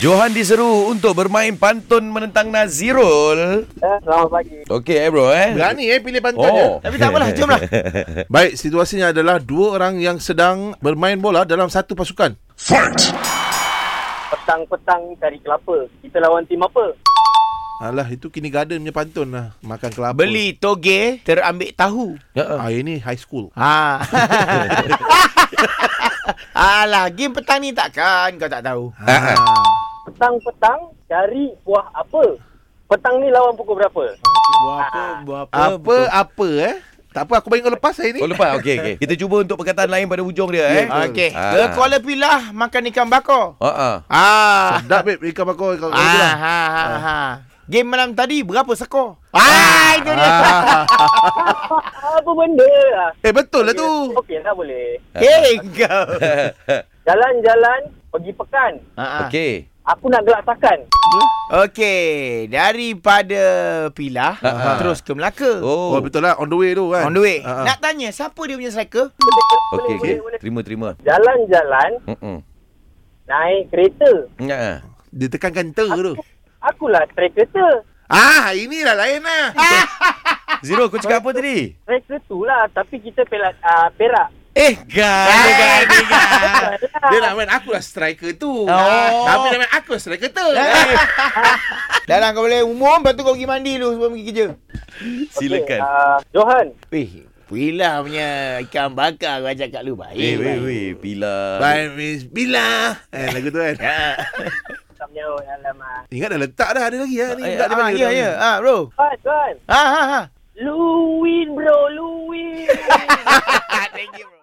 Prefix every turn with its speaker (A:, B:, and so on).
A: Johan diseru untuk bermain pantun menentang Nazirul.
B: Eh, Selamat pagi.
A: Okey eh bro eh.
C: Berani eh pilih pantun oh.
A: Tapi tak apalah, jomlah.
C: Eh, Baik, situasinya adalah dua orang yang sedang bermain bola dalam satu pasukan.
B: Petang-petang cari kelapa. Kita lawan tim apa?
C: Alah, itu kindergarten punya pantun lah. Makan kelapa.
D: Beli toge terambil tahu.
A: Ya,
C: Ah, ini high school.
D: Ha. Alah, game petang ni takkan kau tak tahu.
A: Ha,
C: Ah.
B: Petang-petang cari buah apa? Petang ni lawan pukul berapa?
E: Buah apa, buah apa.
C: Apa, apa eh? Tak apa, aku bagi kau lepas hari ni.
A: Kau Oh, lepas okey okey. Kita cuba untuk perkataan lain pada hujung dia eh.
C: Ya.
D: Okey.
A: Ah.
D: Ha. Kepala pilah makan ikan bakar.
A: Ha ah.
D: Ah.
C: Sedap, babe. Ikan bakar. Ikan
D: Ah,
C: bakar.
D: ha, ha, ha. Game malam tadi berapa skor? Ah, itu dia.
B: Apa benda? Ah,
C: Eh, betul lah tu.
B: Okey lah boleh.
D: Hei kau.
B: Jalan-jalan pergi pekan.
D: Ha, ha.
A: Okey.
B: Aku nak gelak takan.
D: Okey, daripada pilah
A: Ah, ah.
D: terus ke Melaka.
C: Oh,
A: Oh,
C: betul lah. On the way tu kan.
D: On the way.
C: Ah, ah.
D: Nak tanya siapa dia punya striker?
B: Boleh,
A: okey
B: boleh,
A: okey.
B: boleh, boleh.
A: Terima terima.
B: Jalan-jalan
A: Hmm.
B: naik kereta.
A: Ya.
C: Dia tekankan ter tu.
B: Akulah track kereta.
C: Ah, inilah lain lah.
D: Ah.
A: Zero kau cakap apa tadi?
B: Track kereta lah. Tapi kita pelat, uh, perak.
A: Eh, gal.
C: Dia nak main aku lah striker tu.
D: Oh. Ah.
C: Tapi nak main aku lah striker tu.
D: Dah lah kau boleh umum Lepas tu kau pergi mandi dulu Sebelum pergi kerja
B: Okey,
A: Silakan.
B: ah, Johan.
D: Weh Pula punya ikan bakar Kau ajak kat lu Baik
A: Weh weh
D: baik.
A: weh, pila.
C: Bye, Miss Bila. Eh, lagu tu kan.
D: Ya.
B: Tak menyaut. Alamak.
C: Ingat dah letak dah. Ada lagi lah ni. Ingat dia
D: Ah,
C: panggil
D: ya
C: orang
D: ya
C: ni.
D: ah, bro
B: Johan, Johan.
D: ah, ah, ah.
B: Luwin bro, Luwin.
D: Thank you bro